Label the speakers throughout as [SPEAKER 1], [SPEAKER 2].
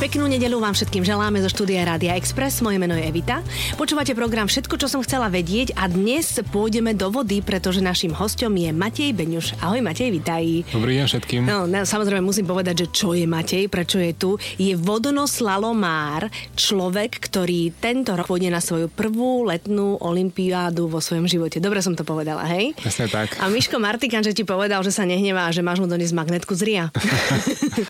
[SPEAKER 1] Peknú nedelu vám všetkým želáme zo štúdia Rádia Express. Moje meno je Evita. Počúvate program Všetko, čo som chcela vedieť a dnes pôjdeme do vody, pretože našim hostom je Matej Beňuš. Ahoj Matej, vitaj.
[SPEAKER 2] Dobrý deň všetkým.
[SPEAKER 1] No, no, samozrejme musím povedať, že čo je Matej, prečo je tu. Je vodonoslalomár, človek, ktorý tento rok pôjde na svoju prvú letnú olimpiádu vo svojom živote. Dobre som to povedala, hej?
[SPEAKER 2] Presne tak.
[SPEAKER 1] A Miško Martikan, že ti povedal, že sa nehnevá, že máš mu doniesť magnetku z RIA.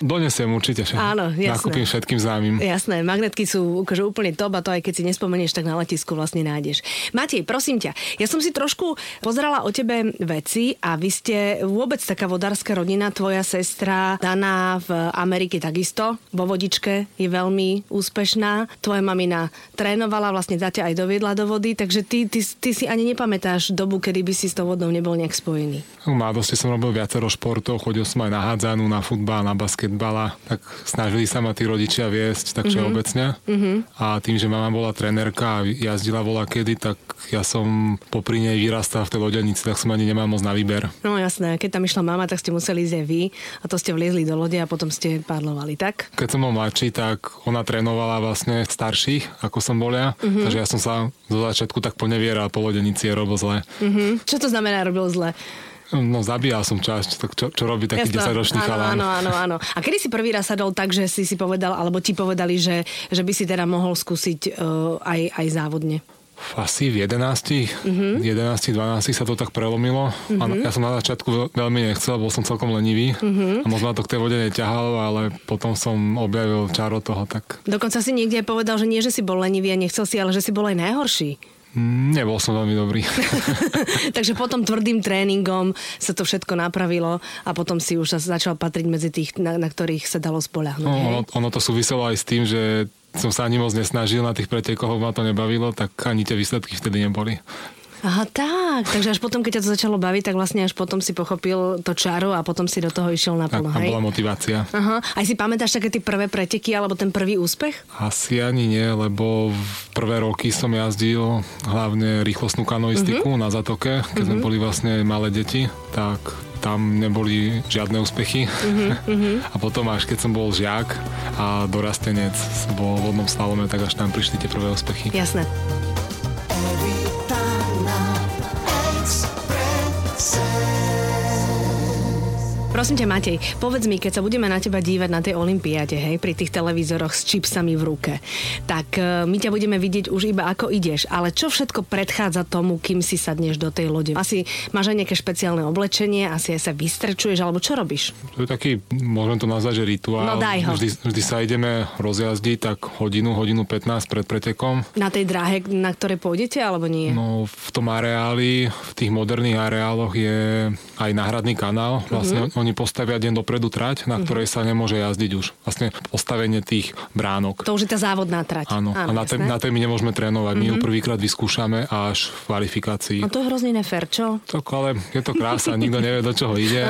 [SPEAKER 2] Donesiem určite všetko.
[SPEAKER 1] Áno, jasné.
[SPEAKER 2] Nakúpim všetkým známym.
[SPEAKER 1] Jasné, magnetky sú akože úplne top a to aj keď si nespomenieš, tak na letisku vlastne nájdeš. Matej, prosím ťa, ja som si trošku pozerala o tebe veci a vy ste vôbec taká vodárska rodina, tvoja sestra Dana v Amerike takisto, vo vodičke je veľmi úspešná, tvoja mamina trénovala, vlastne ťa aj doviedla do vody, takže ty, ty, ty si ani nepamätáš dobu, kedy by si s tou vodou nebol nejak spojený.
[SPEAKER 2] V mladosti som robil viacero športov, chodil som aj na hádzanú, na futbal, na basketbala, tak snažili sa ma tí rodičia viesť, takže
[SPEAKER 1] Mhm.
[SPEAKER 2] mm-hmm. obecne. Mm-hmm. A tým, že mama bola trenérka a jazdila bola kedy, tak ja som popri nej vyrastal v tej lodenici, tak som ani nemal moc na výber.
[SPEAKER 1] No jasné, keď tam išla mama, tak ste museli ísť aj vy a to ste vliezli do lode a potom ste padlovali, tak?
[SPEAKER 2] Keď som bol mladší, tak ona trénovala vlastne starších, ako som bol ja,
[SPEAKER 1] Mhm.
[SPEAKER 2] mm-hmm. takže ja som sa zo začiatku tak ponevieral po lodenici a robil zle.
[SPEAKER 1] Mm-hmm. Čo to znamená robil zle?
[SPEAKER 2] No zabíjal som časť, tak čo, čo robí taký
[SPEAKER 1] Jasno. áno,
[SPEAKER 2] 10-ročný chalán.
[SPEAKER 1] áno, áno, áno. A kedy si prvý raz sadol tak, že si si povedal, alebo ti povedali, že, že by si teda mohol skúsiť uh, aj, aj závodne?
[SPEAKER 2] Asi v 11,
[SPEAKER 1] Mhm.
[SPEAKER 2] mm-hmm. 11, 12 sa to tak prelomilo. Mm-hmm. Ano, ja som na začiatku veľ- veľmi nechcel, bol som celkom lenivý
[SPEAKER 1] Mhm.
[SPEAKER 2] mm-hmm. a moc ma to k tej vode neťahalo, ale potom som objavil čaro toho, tak
[SPEAKER 1] Dokonca si niekde aj povedal, že nie, že si bol lenivý a nechcel si, ale že si bol aj najhorší.
[SPEAKER 2] mm, nebol som veľmi dobrý.
[SPEAKER 1] Takže potom tvrdým tréningom sa to všetko napravilo a potom si už začal patriť medzi tých, na, na ktorých sa dalo spoľahnúť.
[SPEAKER 2] No,
[SPEAKER 1] hej?
[SPEAKER 2] ono, ono to súviselo aj s tým, že som sa ani moc nesnažil na tých pretekoch, lebo ma to nebavilo, tak ani tie výsledky vtedy neboli.
[SPEAKER 1] Aha, tak. Takže až potom, keď ťa to začalo baviť, tak vlastne až potom si pochopil to čaro a potom si do toho išiel
[SPEAKER 2] Tak
[SPEAKER 1] naplno,
[SPEAKER 2] tam
[SPEAKER 1] hej?
[SPEAKER 2] bola motivácia.
[SPEAKER 1] Aha. Aj si pamätáš také tie prvé preteky alebo ten prvý úspech?
[SPEAKER 2] Asi ani nie, lebo v prvé roky som jazdil hlavne rýchlostnú kanoistiku
[SPEAKER 1] Mhm.
[SPEAKER 2] mm-hmm. na Zatoke, keď mm-hmm. sme boli vlastne malé deti, tak tam neboli žiadne úspechy.
[SPEAKER 1] Mhm,
[SPEAKER 2] Mm-hmm. a potom až keď som bol žiak a dorastenec vo vodnom slalome, tak až tam prišli tie prvé úspechy.
[SPEAKER 1] Jasné. Prosím ťa, Matej, povedz mi, keď sa budeme na teba dívať na tej olympiáde, hej, pri tých televízoroch s čipsami v ruke, tak e, my ťa budeme vidieť už iba ako ideš, ale čo všetko predchádza tomu, kým si sadneš do tej lode? Asi máš aj nejaké špeciálne oblečenie, asi aj sa vystrečuješ, alebo čo robíš?
[SPEAKER 2] To je taký, môžem to nazvať, že rituál.
[SPEAKER 1] No, daj ho.
[SPEAKER 2] Vždy, vždy sa ideme rozjazdiť tak hodinu, hodinu 15 pred pretekom.
[SPEAKER 1] Na tej dráhe, na ktorej pôjdete, alebo nie?
[SPEAKER 2] No v tom areáli, v tých moderných areáloch je aj náhradný kanál.
[SPEAKER 1] Mhm.
[SPEAKER 2] Vlastne mm-hmm. oni postavia deň dopredu trať, na mm-hmm. ktorej sa nemôže jazdiť už. Vlastne postavenie tých bránok.
[SPEAKER 1] To už je tá závodná trať.
[SPEAKER 2] Áno, a na tej,
[SPEAKER 1] jasné. Mhm.
[SPEAKER 2] na tej my nemôžeme trénovať. Mm-hmm. My ju prvýkrát vyskúšame až v kvalifikácii.
[SPEAKER 1] No to je hrozne nefér, čo?
[SPEAKER 2] Tak ale je to krása, nikto nevie, do čoho ide.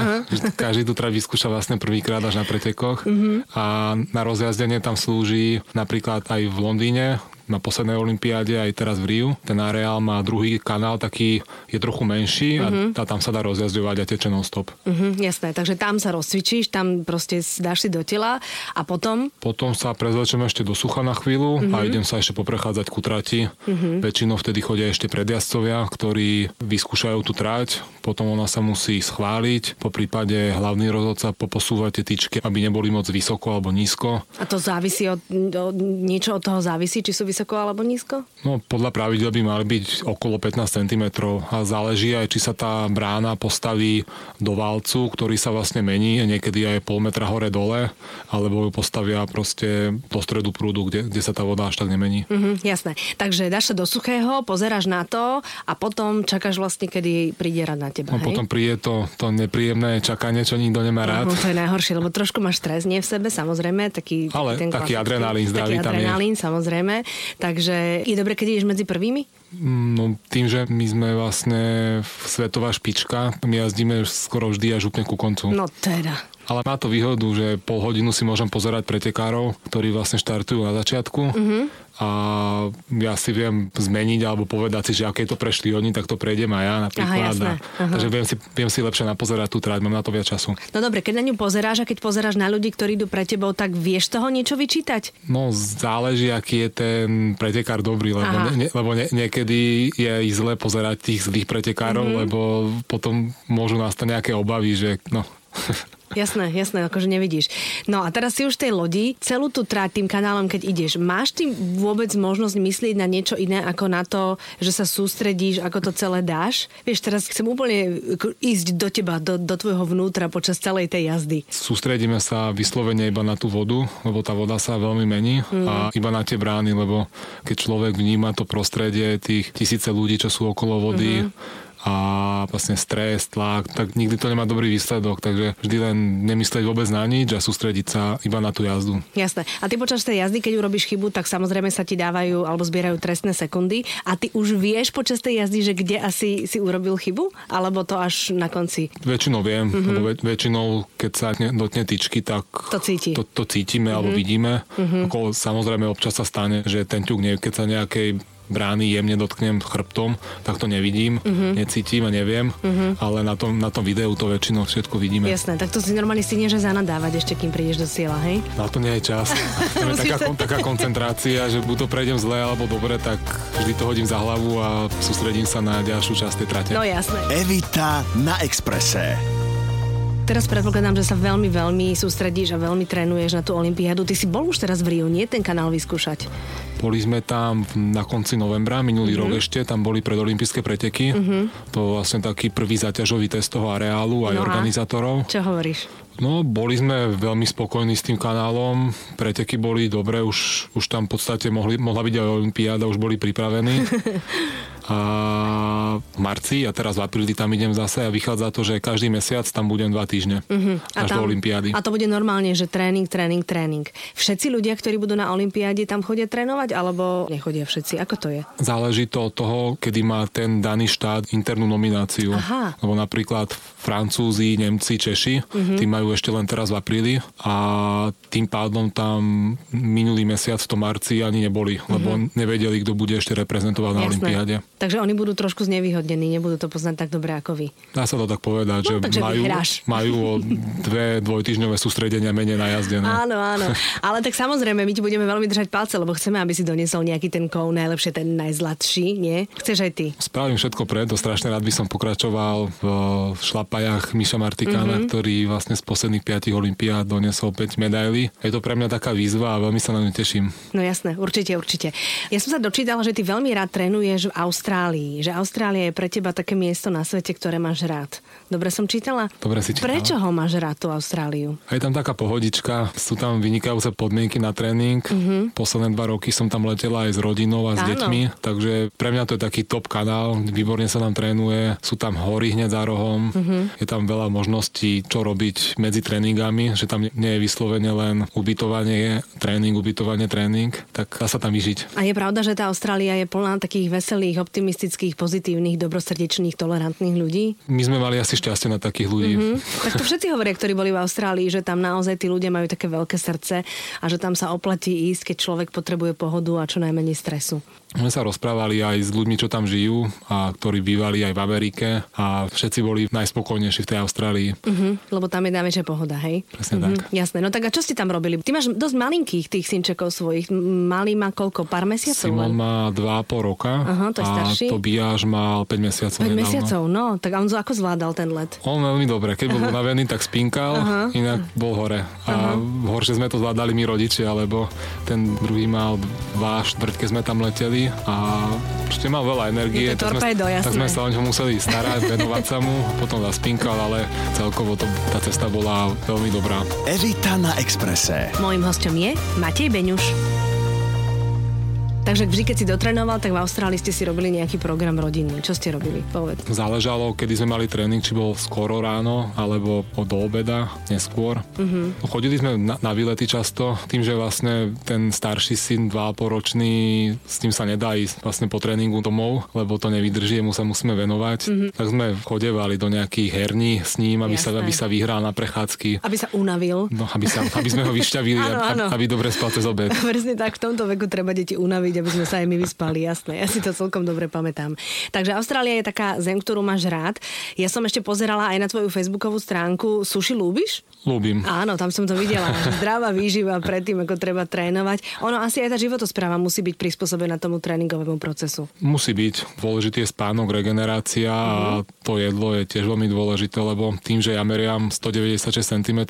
[SPEAKER 2] Každý tu trať vyskúša vlastne prvýkrát až na pretekoch. A na rozjazdenie tam slúži napríklad aj v Londýne, na poslednej olympiáde aj teraz v Riu. Ten areál má druhý kanál, taký je trochu menší a, a tam sa dá rozjazdovať a teče non-stop.
[SPEAKER 1] Mhm, jasné, takže tam sa rozcvičíš, tam proste s- dáš si do tela a potom...
[SPEAKER 2] Potom sa prezlečem ešte do sucha na chvíľu mm-hmm. a idem sa ešte poprechádzať ku trati. Mm-hmm. Väčšinou vtedy chodia ešte predjazdcovia, ktorí vyskúšajú tú trať, potom ona sa musí schváliť, po prípade hlavný rozhodca poposúva tie tyčky, aby neboli moc vysoko alebo nízko.
[SPEAKER 1] A to závisí od, od... Niečo od toho závisí, či sú vysoko alebo nízko?
[SPEAKER 2] No podľa pravidel by mali byť okolo 15 cm a záleží aj, či sa tá brána postaví do válcu, ktorý sa vlastne mení, niekedy aj pol metra hore dole, alebo ju postavia proste do stredu prúdu, kde, kde sa tá voda až tak nemení.
[SPEAKER 1] Mhm, jasné. Takže dáš sa do suchého, pozeráš na to a potom čakáš vlastne, kedy príde rad na teba,
[SPEAKER 2] No
[SPEAKER 1] hej?
[SPEAKER 2] potom príde to, to nepríjemné čakanie, čo nikto nemá rád.
[SPEAKER 1] No, to je najhoršie, lebo trošku máš stres nie v sebe, samozrejme, taký...
[SPEAKER 2] Ale taký adrenalín zdravý
[SPEAKER 1] taký
[SPEAKER 2] tam je.
[SPEAKER 1] adrenalín, samozrejme. Takže je dobre, keď ideš medzi prvými?
[SPEAKER 2] No tým, že my sme vlastne svetová špička, my jazdíme skoro vždy až úplne ku koncu.
[SPEAKER 1] No teda.
[SPEAKER 2] Ale má to výhodu, že pol hodinu si môžem pozerať pretekárov, ktorí vlastne štartujú na začiatku
[SPEAKER 1] Mhm.
[SPEAKER 2] mm-hmm. a ja si viem zmeniť alebo povedať si, že aké to prešli oni, tak to prejdem aj ja napríklad.
[SPEAKER 1] jasné.
[SPEAKER 2] A,
[SPEAKER 1] Aha.
[SPEAKER 2] takže viem si, viem si lepšie napozerať tú trať, mám na to viac času.
[SPEAKER 1] No dobre, keď na ňu pozeráš a keď pozeráš na ľudí, ktorí idú pre tebou, tak vieš z toho niečo vyčítať?
[SPEAKER 2] No záleží, aký je ten pretekár dobrý, lebo,
[SPEAKER 1] Aha.
[SPEAKER 2] ne, lebo ne, niekedy je i zle pozerať tých zlých pretekárov, mm-hmm. lebo potom môžu nastať nejaké obavy, že no...
[SPEAKER 1] Jasné, jasné, akože nevidíš. No a teraz si už v tej lodi, celú tú trať tým kanálom, keď ideš, máš ty vôbec možnosť myslieť na niečo iné ako na to, že sa sústredíš, ako to celé dáš? Vieš, teraz chcem úplne ako ísť do teba, do, do tvojho vnútra počas celej tej jazdy.
[SPEAKER 2] Sústredíme sa vyslovene iba na tú vodu, lebo tá voda sa veľmi mení mm. a iba na tie brány, lebo keď človek vníma to prostredie tých tisíce ľudí, čo sú okolo vody, mm-hmm a vlastne stres, tlak, tak nikdy to nemá dobrý výsledok, takže vždy len nemyslieť vôbec na nič a sústrediť sa iba na tú jazdu.
[SPEAKER 1] Jasné. A ty počas tej jazdy, keď urobíš chybu, tak samozrejme sa ti dávajú alebo zbierajú trestné sekundy a ty už vieš počas tej jazdy, že kde asi si urobil chybu, alebo to až na konci.
[SPEAKER 2] Väčšinou viem, mm-hmm. lebo väč- väčšinou, keď sa ne- dotkne tyčky, tak
[SPEAKER 1] Mhm. To cíti. Mhm.
[SPEAKER 2] to, to cítime mm-hmm. alebo vidíme. Mm-hmm. Ako, samozrejme, občas sa stane, že ten ťuk, nie, keď sa nejakej brány jemne dotknem chrbtom, tak to nevidím,
[SPEAKER 1] Mhm.
[SPEAKER 2] mm-hmm. necítim a neviem, mm-hmm. ale na tom, na tom videu to väčšinou všetko vidíme.
[SPEAKER 1] Jasné, tak to si normálne stihneš aj zanadávať ešte, kým prídeš do cieľa, hej?
[SPEAKER 2] Na to nie je čas. To je
[SPEAKER 1] Musíš
[SPEAKER 2] taká,
[SPEAKER 1] sa-
[SPEAKER 2] kon, taká koncentrácia, že buď to prejdem zle alebo dobre, tak vždy to hodím za hlavu a sústredím sa na ďalšiu časť tej trate.
[SPEAKER 1] No jasné.
[SPEAKER 3] Evita na Exprese.
[SPEAKER 1] Teraz predpokladám, že sa veľmi, veľmi sústredíš a veľmi trénuješ na tú olympiádu. Ty si bol už teraz v Riu, nie ten kanál vyskúšať.
[SPEAKER 2] Boli sme tam v- na konci novembra, minulý
[SPEAKER 1] Mhm.
[SPEAKER 2] mm-hmm. rok ešte, tam boli predolympijské preteky. Mm-hmm. To bol vlastne taký prvý zaťažový test toho areálu aj
[SPEAKER 1] No a?
[SPEAKER 2] no organizátorov.
[SPEAKER 1] Čo hovoríš?
[SPEAKER 2] No, boli sme veľmi spokojní s tým kanálom, preteky boli dobre, už, už tam v podstate mohli, mohla byť aj olympiáda, už boli pripravení. A v marci a teraz v apríli tam idem zase a vychádza to, že každý mesiac tam budem dva týždne mm-hmm. až do olympiády.
[SPEAKER 1] Mhm. a to bude normálne, že tréning, tréning, tréning. Všetci ľudia, ktorí budú na olympiáde, tam chodia trénovať, alebo nechodia všetci? Ako to je?
[SPEAKER 2] Záleží to od toho, kedy má ten daný štát internú nomináciu.
[SPEAKER 1] Aha.
[SPEAKER 2] Lebo napríklad Francúzi, Nemci, Češi,
[SPEAKER 1] Mhm.
[SPEAKER 2] uh-huh. tí majú ešte len teraz v apríli a tým pádom tam minulý mesiac v tom marci ani neboli, uh-huh. lebo
[SPEAKER 1] Mhm.
[SPEAKER 2] nevedeli, kto bude ešte reprezentovať na Olympiáde.
[SPEAKER 1] Takže oni budú trošku znevýhodnení, nebudú to poznať tak dobre ako vy.
[SPEAKER 2] Dá sa to tak povedať, že
[SPEAKER 1] No, takže
[SPEAKER 2] majú,
[SPEAKER 1] vyhráš.
[SPEAKER 2] majú o dve dvojtyžňové sústredenia menej najazdené.
[SPEAKER 1] Áno, áno. Ale tak samozrejme, my ti budeme veľmi držať palce, lebo chceme, aby si doniesol nejaký ten kov, najlepšie ten najzlatší, nie? Chceš aj ty.
[SPEAKER 2] Spravím všetko preto, strašne rád by som pokračoval v šlapajach Miša Martikána, mm-hmm. ktorý vlastne z posledných piatich olimpiád donesol 5 medailí. Je to pre mňa taká výzva a veľmi sa na ňu teším.
[SPEAKER 1] No jasné, určite, určite. Ja som sa dočítala, že ty veľmi rád trénuješ v Austrálii, že Austrália je pre teba také miesto na svete, ktoré máš rád. Dobre som čítala?
[SPEAKER 2] Dobre si čítala.
[SPEAKER 1] Prečo ho máš rád, tú Austráliu?
[SPEAKER 2] A je tam taká pohodička, sú tam vynikajúce podmienky na tréning. Mm-hmm. Posledné dva roky som tam letela aj s rodinou a s
[SPEAKER 1] Áno.
[SPEAKER 2] deťmi, takže pre mňa to je taký top kanál, výborne sa tam trénuje, sú tam hory hneď za rohom, mm-hmm. je tam veľa možností, čo robiť medzi tréningami, že tam nie je vyslovene len ubytovanie, tréning, ubytovanie, tréning, tak dá sa tam vyžiť.
[SPEAKER 1] A je pravda, že tá Austrália je plná takých veselých, optimistických, pozitívnych, dobrosrdečných, tolerantných ľudí? Hm?
[SPEAKER 2] My sme mali asi šťastie na takých ľudí. Mm-hmm.
[SPEAKER 1] Tak to všetci hovoria, ktorí boli v Austrálii, že tam naozaj tí ľudia majú také veľké srdce a že tam sa oplatí ísť, keď človek potrebuje pohodu a čo najmenej stresu.
[SPEAKER 2] My sme sa rozprávali aj s ľuďmi, čo tam žijú a ktorí bývali aj v Amerike a všetci boli najspokojnejší v tej Austrálii.
[SPEAKER 1] Mhm. Lebo tam je najväčšia pohoda, hej?
[SPEAKER 2] Presne tak.
[SPEAKER 1] Jasné. No tak a čo ste tam robili? Ty máš dosť malinkých tých synčekov svojich. M- Malý má koľko? Pár mesiacov?
[SPEAKER 2] Simon
[SPEAKER 1] len?
[SPEAKER 2] má 2,5 roka
[SPEAKER 1] Aha, to je
[SPEAKER 2] a
[SPEAKER 1] starší.
[SPEAKER 2] Tobiáš mal 5 mesiacov.
[SPEAKER 1] 5
[SPEAKER 2] nedávno.
[SPEAKER 1] mesiacov, no. Tak a on ako zvládal ten let?
[SPEAKER 2] On veľmi dobre, keď bol unavený, tak spinkal, Aha. inak bol hore. A horšie sme to zvládali my rodičia, lebo ten druhý mal dva štvrť, keď sme tam leteli a ešte mal veľa energie.
[SPEAKER 1] Je to
[SPEAKER 2] tak,
[SPEAKER 1] torpédo,
[SPEAKER 2] sme,
[SPEAKER 1] jasné.
[SPEAKER 2] tak sme sa o ňo museli starať, venovať sa mu, potom zaspinkal, ale celkovo to, tá cesta bola veľmi dobrá.
[SPEAKER 3] Evita na Exprese.
[SPEAKER 1] Mojím hostom je Matej Beňuš. Takže vždy, keď si dotrenoval, tak v Austrálii ste si robili nejaký program rodinný. Čo ste robili? Povedz.
[SPEAKER 2] Záležalo, kedy sme mali tréning, či bol skoro ráno, alebo o do obeda, neskôr.
[SPEAKER 1] Mhm.
[SPEAKER 2] Mm-hmm. Chodili sme na, na výlety často, tým, že vlastne ten starší syn, 2,5 ročný, s tým sa nedá ísť vlastne po tréningu domov, lebo to nevydrží, mu sa musíme venovať. Mm-hmm. Tak sme chodevali do nejakých herní s ním, aby, sa,
[SPEAKER 1] Mhm. Jasné.
[SPEAKER 2] aby sa vyhral na prechádzky.
[SPEAKER 1] Aby sa unavil.
[SPEAKER 2] No, aby, sa, aby sme ho vyšťavili,
[SPEAKER 1] Áno, áno.
[SPEAKER 2] aby, aby dobre spal cez obed.
[SPEAKER 1] Presne tak, v tomto veku treba deti unaviť, aby sme sa aj my vyspali, jasné. Ja si to celkom dobre pamätám. Takže Austrália je taká zem, ktorú máš rád. Ja som ešte pozerala aj na tvoju facebookovú stránku. Sushi ľúbiš?
[SPEAKER 2] Ľúbim.
[SPEAKER 1] Áno, tam som to videla. Zdravá výživa predtým, ako treba trénovať. Ono asi aj tá životospráva musí byť prispôsobená tomu tréningovému procesu.
[SPEAKER 2] Musí byť. Dôležitý je spánok, regenerácia a to jedlo je tiež veľmi dôležité, lebo tým, že ja meriam 196 cm,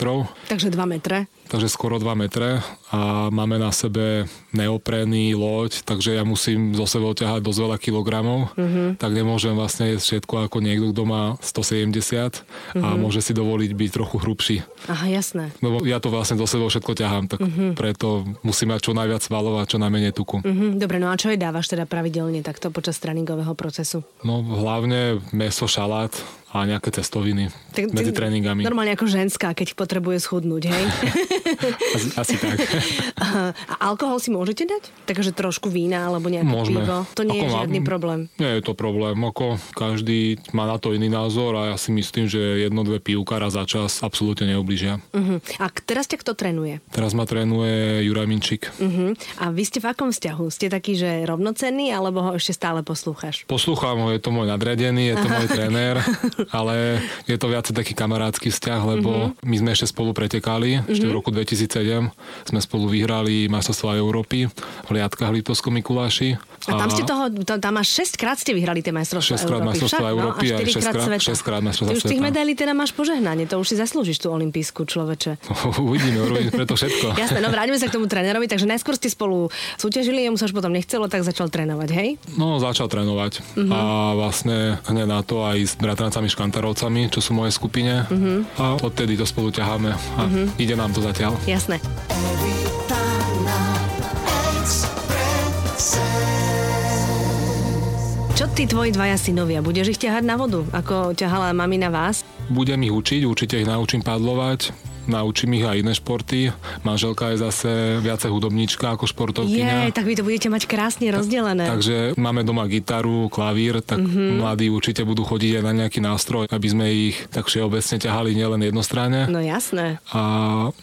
[SPEAKER 1] Takže 2 metre.
[SPEAKER 2] takže skoro 2 metre a máme na sebe neoprený loď, takže ja musím zo sebou ťahať dosť veľa kilogramov, tak nemôžem vlastne jesť všetko ako niekto, kto má 170 a môže si dovoliť byť trochu hrubší.
[SPEAKER 1] Aha, jasné.
[SPEAKER 2] Lebo ja to vlastne do sebou všetko ťahám, tak preto musím mať čo najviac svalov a čo najmenej tuku.
[SPEAKER 1] Mhm, dobre, no a čo jej dávaš teda pravidelne takto počas tréningového procesu?
[SPEAKER 2] No hlavne meso, šalát a nejaké cestoviny
[SPEAKER 1] Tak
[SPEAKER 2] medzi
[SPEAKER 1] ty-
[SPEAKER 2] tréningami.
[SPEAKER 1] Normálne ako ženská, keď potrebuje schudnúť, hej?
[SPEAKER 2] Asi, asi tak.
[SPEAKER 1] Aha. a alkohol si môžete dať? Takže trošku vína alebo nejaké
[SPEAKER 2] Môžeme.
[SPEAKER 1] pivo? To nie je
[SPEAKER 2] Ako mám-
[SPEAKER 1] žiadny problém.
[SPEAKER 2] Nie je to problém. Ako každý má na to iný názor a ja si myslím, že jedno, dve pivka raz za čas absolútne neublížia.
[SPEAKER 1] Mhm. A k- teraz ťa kto trénuje?
[SPEAKER 2] Teraz ma trénuje Juraj Minčík.
[SPEAKER 1] Mhm. A vy ste v akom vzťahu? Ste taký, že rovnocenný, alebo ho ešte stále poslúchaš?
[SPEAKER 2] Poslúcham ho, je to môj nadriadený, je to môj tréner, ale je to viacej taký kamarádsky vzťah, lebo
[SPEAKER 1] Mhm.
[SPEAKER 2] my sme ešte spolu pretekali, ešte v roku 2007 sme spolu vyhrali majstrovstvá Európy v Liatkách v Liptovskom Mikuláši.
[SPEAKER 1] A tam ste toho, to, tam až 6 krát ste vyhrali tie majstrovstvá
[SPEAKER 2] Šestkrát
[SPEAKER 1] Európy.
[SPEAKER 2] majstrovstvá
[SPEAKER 1] však? no,
[SPEAKER 2] Európy a
[SPEAKER 1] a 4 krát
[SPEAKER 2] šestkrát-
[SPEAKER 1] sveta.
[SPEAKER 2] šestkrát majstrovstvá
[SPEAKER 1] Ty už tých
[SPEAKER 2] sveta.
[SPEAKER 1] medailí teda máš požehnanie, to už si zaslúžiš tú olimpijskú človeče.
[SPEAKER 2] Uvidíme, urobím preto všetko.
[SPEAKER 1] Jasné, no vráťme sa k tomu trénerovi, takže najskôr ste spolu súťažili, jemu sa už potom nechcelo, tak začal trénovať, hej?
[SPEAKER 2] No, začal trénovať.
[SPEAKER 1] Mhm.
[SPEAKER 2] Uh-huh. A vlastne hneď na to aj s bratrancami Škantarovcami, čo sú v mojej skupine.
[SPEAKER 1] Mhm.
[SPEAKER 2] Uh-huh. A odtedy to spolu ťaháme a uh-huh. ide nám to zatiaľ.
[SPEAKER 1] Jasné. Čo tí tvoji dvaja synovia? Budeš ich ťahať na vodu, ako ťahala mami na vás?
[SPEAKER 2] Budem ich učiť, určite ich naučím padlovať, naučím ich aj iné športy. Manželka je zase viacej hudobníčka ako
[SPEAKER 1] Je,
[SPEAKER 2] športovkyňa.
[SPEAKER 1] tak vy to budete mať krásne rozdelené.
[SPEAKER 2] Takže máme doma gitaru, klavír, tak
[SPEAKER 1] Mhm.
[SPEAKER 2] mm-hmm. mladí určite budú chodiť aj na nejaký nástroj, aby sme ich tak všeobecne ťahali nielen jednostranne.
[SPEAKER 1] No jasné.
[SPEAKER 2] A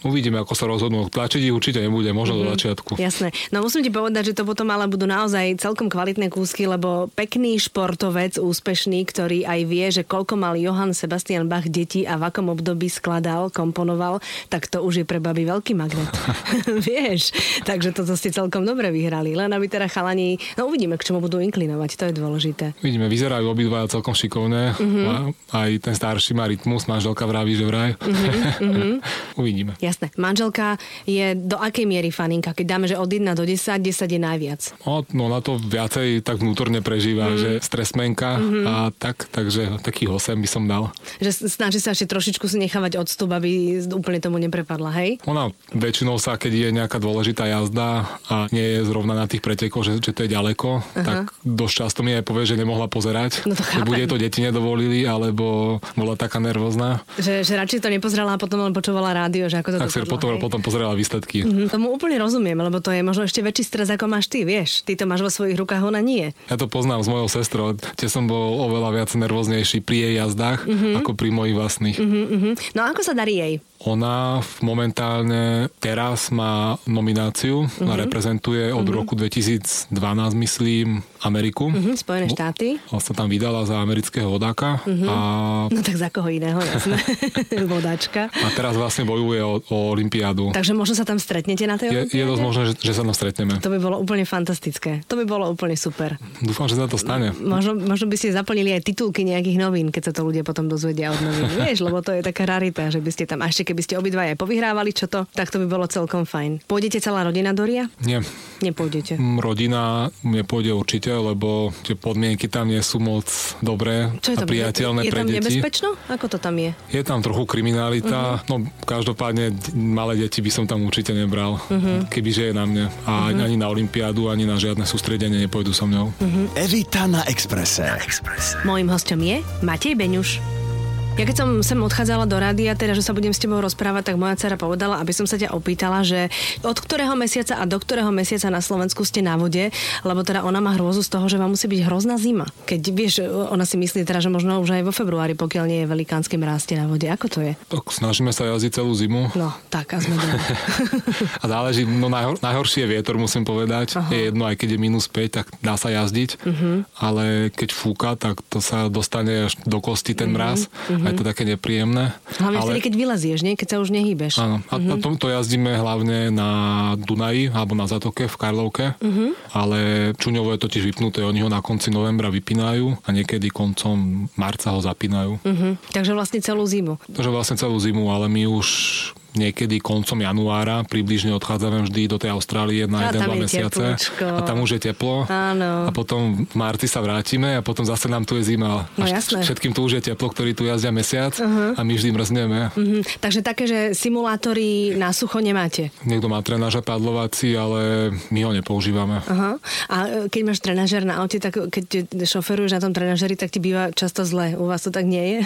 [SPEAKER 2] uvidíme, ako sa rozhodnú. Tlačiť ich určite nebude,
[SPEAKER 1] Mhm.
[SPEAKER 2] možno mm-hmm. do začiatku.
[SPEAKER 1] Jasné. No musím ti povedať, že to potom ale budú naozaj celkom kvalitné kúsky, lebo pekný športovec, úspešný, ktorý aj vie, že koľko mal Johann Sebastian Bach detí a v akom období skladal, komponoval, tak to už je pre baby veľký magnet. Vieš, takže toto ste celkom dobre vyhrali. Len aby teda chalani, no uvidíme, k čomu budú inklinovať, to je dôležité.
[SPEAKER 2] Vidíme, vyzerajú obidva celkom šikovné.
[SPEAKER 1] Mhm.
[SPEAKER 2] Mm-hmm. Aj ten starší má rytmus, manželka vraví, že vraj.
[SPEAKER 1] Mhm,
[SPEAKER 2] Mm-hmm. Uvidíme.
[SPEAKER 1] Jasné. Manželka je do akej miery faninka? Keď dáme, že od 1 do 10, 10 je najviac.
[SPEAKER 2] No, no na to viacej tak vnútorne
[SPEAKER 1] Mm.
[SPEAKER 2] prežíva, mm-hmm. že stresmenka mm-hmm. a tak, takže taký 8 by som dal.
[SPEAKER 1] Že s- snaží sa ešte trošičku si nechávať odstup, aby z- úplne tomu neprepadla, hej?
[SPEAKER 2] Ona väčšinou sa, keď je nejaká dôležitá jazda a nie je zrovna na tých pretekoch, že, že to je ďaleko, Aha. tak dosť často mi aj povie, že nemohla pozerať.
[SPEAKER 1] No to
[SPEAKER 2] že
[SPEAKER 1] chápem.
[SPEAKER 2] bude to deti nedovolili, alebo bola taká nervózna,
[SPEAKER 1] Že, že radšej to nepozerala a potom len počúvala rádio, že ako to
[SPEAKER 2] tak si
[SPEAKER 1] dopadlo,
[SPEAKER 2] potom,
[SPEAKER 1] hej?
[SPEAKER 2] potom pozerala výsledky.
[SPEAKER 1] Mhm, Tomu úplne rozumiem, lebo to je možno ešte väčší stres, ako máš ty, vieš. Ty to máš vo svojich rukách, ona nie.
[SPEAKER 2] Ja to poznám s mojou sestrou, tie som bol oveľa viac nervóznejší pri jej jazdách mm-hmm. ako pri mojich vlastných. Mm-hmm.
[SPEAKER 1] Mhm. No a ako sa darí jej?
[SPEAKER 2] Ona v- momentálne teraz má nomináciu, mm-hmm.
[SPEAKER 1] Mhm.
[SPEAKER 2] reprezentuje od mm-hmm. roku 2012, myslím, Ameriku.
[SPEAKER 1] Mhm, Spojené štáty?
[SPEAKER 2] Ona sa tam vydala za amerického vodáka mm-hmm. a,
[SPEAKER 1] No tak za koho iného, jasné. Vodačka.
[SPEAKER 2] a teraz vlastne bojuje o, o Olympiádu.
[SPEAKER 1] Takže možno sa tam stretnete na tej
[SPEAKER 2] Je, je
[SPEAKER 1] olympiáde?
[SPEAKER 2] dosť možné, že, že sa tam stretneme.
[SPEAKER 1] To by bolo úplne fantastické. To by bolo úplne super.
[SPEAKER 2] Dúfam, že sa to stane.
[SPEAKER 1] Možno, možno by ste zaplnili aj titulky nejakých novín, keď sa to ľudia potom dozvedia od novín. Vieš, lebo to je taká rarita, že by ste tam, a ešte keby keby ste obidva aj povyhrávali, čo to, tak to by bolo celkom fajn. Pôjdete celá rodina do Ria?
[SPEAKER 2] Nie,
[SPEAKER 1] Nepôjdete.
[SPEAKER 2] Mm, rodina nepôjde určite, lebo tie podmienky tam nie sú moc dobré
[SPEAKER 1] Čo je
[SPEAKER 2] a
[SPEAKER 1] tam?
[SPEAKER 2] priateľné
[SPEAKER 1] je, je
[SPEAKER 2] pre
[SPEAKER 1] tam
[SPEAKER 2] deti.
[SPEAKER 1] nebezpečno? Ako to tam je?
[SPEAKER 2] Je tam trochu
[SPEAKER 1] Mhm.
[SPEAKER 2] kriminalita, no každopádne d- malé deti by som tam určite nebral,
[SPEAKER 1] Mhm.
[SPEAKER 2] kebyže je na mne. A ani na Olympiádu, ani na žiadne sústredenie nepôjdu so mňou.
[SPEAKER 1] Mhm.
[SPEAKER 3] Evita na Exprese.
[SPEAKER 1] Mojím hostom je Matej Beňuš. Ja keď som sem odchádzala do rádia, teda, že sa budem s tebou rozprávať, tak moja dcera povedala, aby som sa ťa opýtala, že od ktorého mesiaca a do ktorého mesiaca na Slovensku ste na vode, lebo teda ona má hrôzu z toho, že vám musí byť hrozná zima. Keď vieš, e, ona si myslí teda, že možno už aj vo februári, pokiaľ nie je velikánsky mráste na vode. Ako to je?
[SPEAKER 2] Tak snažíme sa jazdiť celú zimu
[SPEAKER 1] No, tak a sme doma.
[SPEAKER 2] a záleží, no najhor, najhorší je vietor, musím povedať.
[SPEAKER 1] Aha. Mhm.
[SPEAKER 2] Je jedno, aj keď je minus 5, tak dá sa jazdiť, ale keď fúka, tak to sa dostane až do kosti ten mraz a je to také nepríjemné.
[SPEAKER 1] Mhm. Hlavne
[SPEAKER 2] ale...
[SPEAKER 1] vtedy, keď vylezieš, nie? Keď sa už nehýbeš.
[SPEAKER 2] Áno, a mm-hmm. to, to jazdíme hlavne na Dunaji alebo na Zatoke v Karlovke,
[SPEAKER 1] Mhm.
[SPEAKER 2] mm-hmm. ale Čuňovo je totiž vypnuté, oni ho na konci novembra vypínajú a niekedy koncom marca ho zapínajú. Mm-hmm.
[SPEAKER 1] Mhm. Takže vlastne celú zimu.
[SPEAKER 2] Takže vlastne celú zimu, ale my už niekedy koncom januára približne odchádzame vždy do tej
[SPEAKER 1] A
[SPEAKER 2] Austrálie na jeden,
[SPEAKER 1] tam
[SPEAKER 2] dva
[SPEAKER 1] je
[SPEAKER 2] mesiace
[SPEAKER 1] teplúčko.
[SPEAKER 2] a tam už je teplo
[SPEAKER 1] Áno.
[SPEAKER 2] a potom v marci sa vrátime a potom zase nám tu je zima.
[SPEAKER 1] No
[SPEAKER 2] a
[SPEAKER 1] jasné.
[SPEAKER 2] Všetkým tu už je teplo, ktorí tu jazdia mesiac uh-huh. a my vždy mrzneme.
[SPEAKER 1] Mhm. Takže také, že simulátory na sucho nemáte.
[SPEAKER 2] Niekto má trenáža padlovací, ale my ho nepoužívame.
[SPEAKER 1] Aha. A e, keď máš trenažer na aute, tak e, keď te šoferuješ na tom trenažeri, tak ti býva často zle. U vás to tak nie je?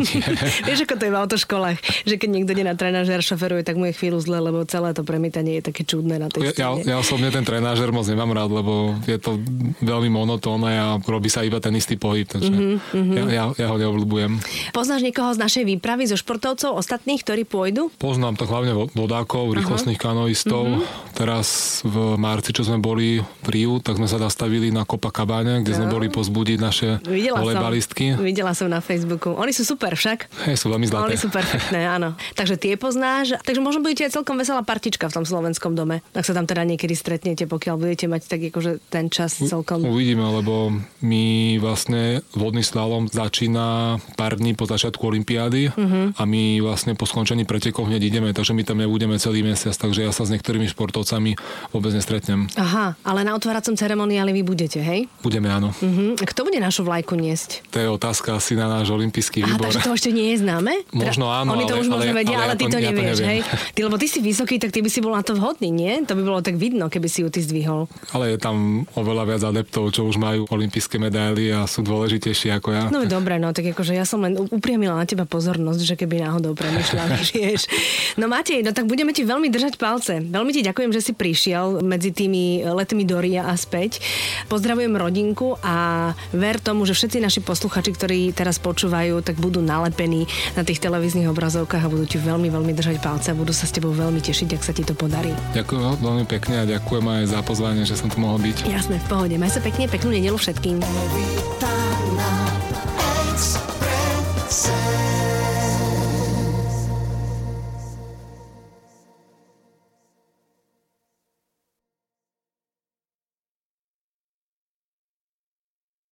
[SPEAKER 1] Vieš, ako to je v autoškolách, že keď niekto ide na trenažer, šoferuje, tak mu je chvíľu zle, lebo celé to premietanie je také čudné na tej
[SPEAKER 2] Ja, ja,
[SPEAKER 1] stene.
[SPEAKER 2] ja osobne ten trenážer moc nemám rád, lebo je to veľmi monotónne a robí sa iba ten istý pohyb, takže
[SPEAKER 1] Mhm,
[SPEAKER 2] ja, ja, ja ho neobľúbujem.
[SPEAKER 1] Poznáš niekoho z našej výpravy, zo športovcov ostatných, ktorí pôjdu?
[SPEAKER 2] Poznám to hlavne vo- vodákov, rýchlostných kanoistov.
[SPEAKER 1] Mhm.
[SPEAKER 2] Teraz v marci, čo sme boli v Riu, tak sme sa zastavili na Copacabane, kde sme boli pozbudiť naše
[SPEAKER 1] Videla
[SPEAKER 2] volejbalistky.
[SPEAKER 1] som. Videla som na Facebooku. Oni sú super však.
[SPEAKER 2] Hej, sú veľmi zlaté.
[SPEAKER 1] Oni sú perfektné, áno. Takže tie poznáš. Takže možno budete aj celkom veselá partička v tom slovenskom dome. Ak sa tam teda niekedy stretnete, pokiaľ budete mať tak akože ten čas celkom...
[SPEAKER 2] Uvidíme, lebo my vlastne vodný slalom začína pár dní po začiatku Olympiády a my vlastne po skončení pretekov hneď ideme, takže my tam nebudeme celý mesiac, takže ja sa s niektorými športovcami vôbec nestretnem.
[SPEAKER 1] Aha, ale na otváracom ceremoniáli vy budete, hej?
[SPEAKER 2] Budeme, áno.
[SPEAKER 1] Mhm. Kto bude našu vlajku niesť?
[SPEAKER 2] To je otázka asi na náš olimpijský
[SPEAKER 1] Aha,
[SPEAKER 2] výbor.
[SPEAKER 1] takže to ešte nie je známe? Teda
[SPEAKER 2] Možno áno,
[SPEAKER 1] Oni to
[SPEAKER 2] ale-
[SPEAKER 1] už možno
[SPEAKER 2] ale-
[SPEAKER 1] vedia,
[SPEAKER 2] ale
[SPEAKER 1] ale,
[SPEAKER 2] ja
[SPEAKER 1] ty
[SPEAKER 2] to-
[SPEAKER 1] to
[SPEAKER 2] ja to
[SPEAKER 1] nevieš,
[SPEAKER 2] neviem.
[SPEAKER 1] hej? Ty, lebo ty si vysoký, tak ty by si bol na to vhodný, nie? To by bolo tak vidno, keby si ju ty zdvihol.
[SPEAKER 2] Ale je tam oveľa viac adeptov, čo už majú olympijské medaily a sú dôležitejší ako ja.
[SPEAKER 1] No veď dobre, no tak akože ja som len upriamila na teba pozornosť, že keby náhodou premyšľala, vieš. No Matej, no tak budeme ti veľmi držať palce. Veľmi ti ďakujem, že si prišiel medzi tými letmi do Ria a späť. Pozdravujem rodinku a ver tomu, že všetci naši posluchači, ktorí teraz počúvajú, tak budú nalepení na tých televíznych obrazovkách a budú ti veľmi, veľmi držať palce a budú sa s tebou veľmi tešiť, ak sa ti to podarí.
[SPEAKER 2] Ďakujem veľmi pekne a ďakujem aj za pozvanie, že som tu mohol byť.
[SPEAKER 1] Jasné, v pohode. Maj sa pekne, peknú nedelu všetkým.
[SPEAKER 4] Evita na